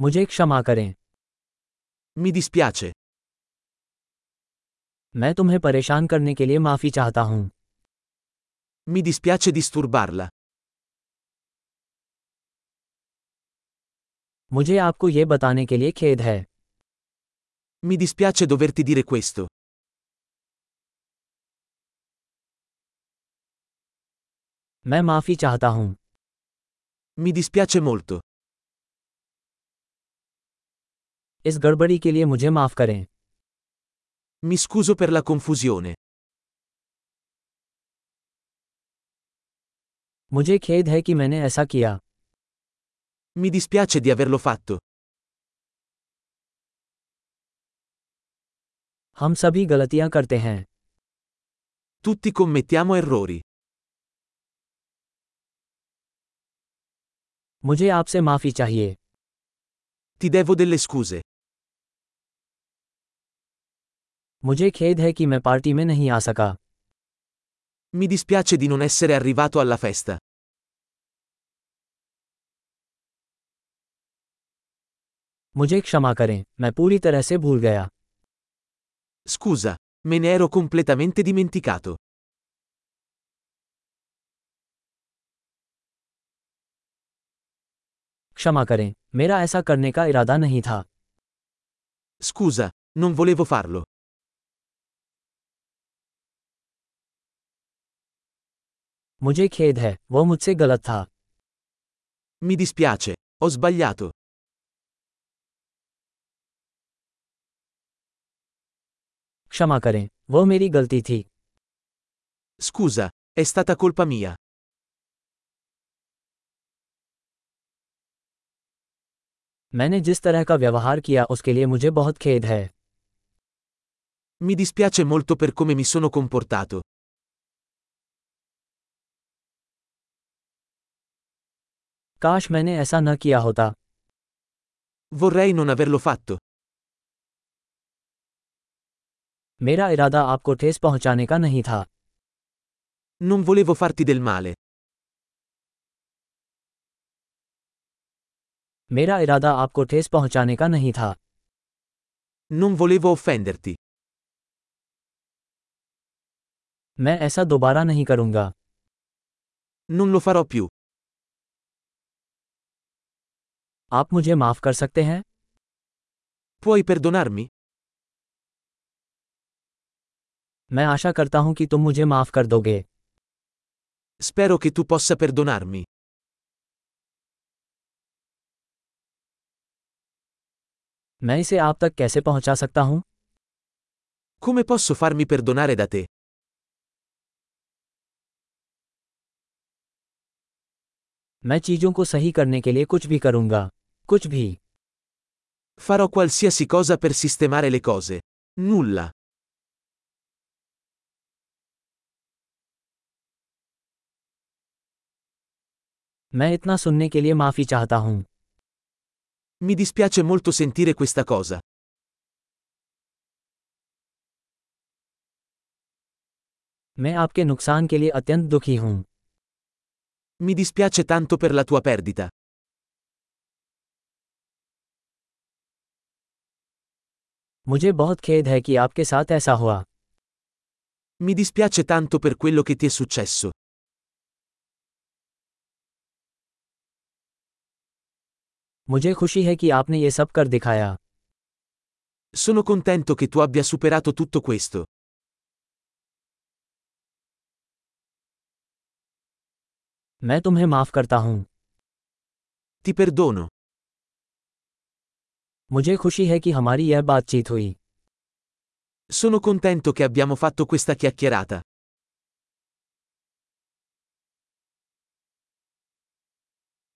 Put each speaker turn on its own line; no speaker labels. मुझे क्षमा करें
Mi dispiace.
मैं तुम्हें परेशान करने के लिए माफी चाहता हूँ
Mi dispiace disturbarla.
मुझे आपको ये बताने के लिए खेद है
Mi dispiace doverti dire questo.
मैं माफी चाहता हूँ
Mi dispiace molto.
इस गड़बड़ी के लिए मुझे माफ करें
Mi scuso per la confusione.
मुझे खेद है कि मैंने ऐसा किया
Mi dispiace di averlo fatto.
हम सभी गलतियाँ करते हैं
Tutti commettiamo errori.
मुझे आपसे माफी चाहिए
Ti devo delle scuse.
मुझे खेद है कि मैं पार्टी में नहीं आ सका
Mi dispiace di non essere arrivato alla festa.
मुझे क्षमा करें मैं पूरी तरह से भूल गया
Scusa, me ne ero completamente dimenticato.
क्षमा करें मेरा ऐसा करने का इरादा नहीं था
Scusa, non volevo farlo.
मुझे खेद है वह मुझसे गलत था
Mi dispiace, ho sbagliato.
क्षमा करें वह मेरी गलती थी
Scusa, è stata colpa mia.
मैंने जिस तरह का व्यवहार किया उसके लिए मुझे बहुत खेद है
Mi dispiace molto per come mi sono comportato.
काश मैंने ऐसा न किया होता
Vorrei non averlo fatto.
मेरा इरादा आपको ठेस पहुंचाने का नहीं था
Non volevo farti del male.
मेरा इरादा आपको ठेस पहुंचाने का नहीं था
Non volevo offenderti.
मैं ऐसा दोबारा नहीं करूंगा
Non lo farò più.
आप मुझे माफ कर सकते हैं
Puoi perdonarmi?
मैं आशा करता हूं कि तुम मुझे माफ कर दोगे
Spero che tu possa perdonarmi.
मैं इसे आप तक कैसे पहुंचा सकता हूं
Come posso farmi perdonare da te?
मैं चीजों को सही करने के लिए कुछ भी करूंगा कुछ भी
Farò qualsiasi cosa per sistemare le cose. Nulla.
मैं इतना सुनने के लिए माफी चाहता हूं
Mi dispiace molto sentire questa cosa.
मैं आपके नुकसान के लिए अत्यंत दुखी हूं
Mi dispiace tanto per la tua perdita.
मुझे बहुत खेद है कि आपके साथ ऐसा हुआ
Mi dispiace tanto per quello che ti è successo.
मुझे खुशी है कि आपने ये सब कर दिखाया
Sono contento che tu abbia superato tutto questo.
मैं तुम्हें माफ करता हूं
Ti perdono.
मुझे खुशी है कि हमारी यह बातचीत हुई
Sono contento che abbiamo fatto questa chiacchierata.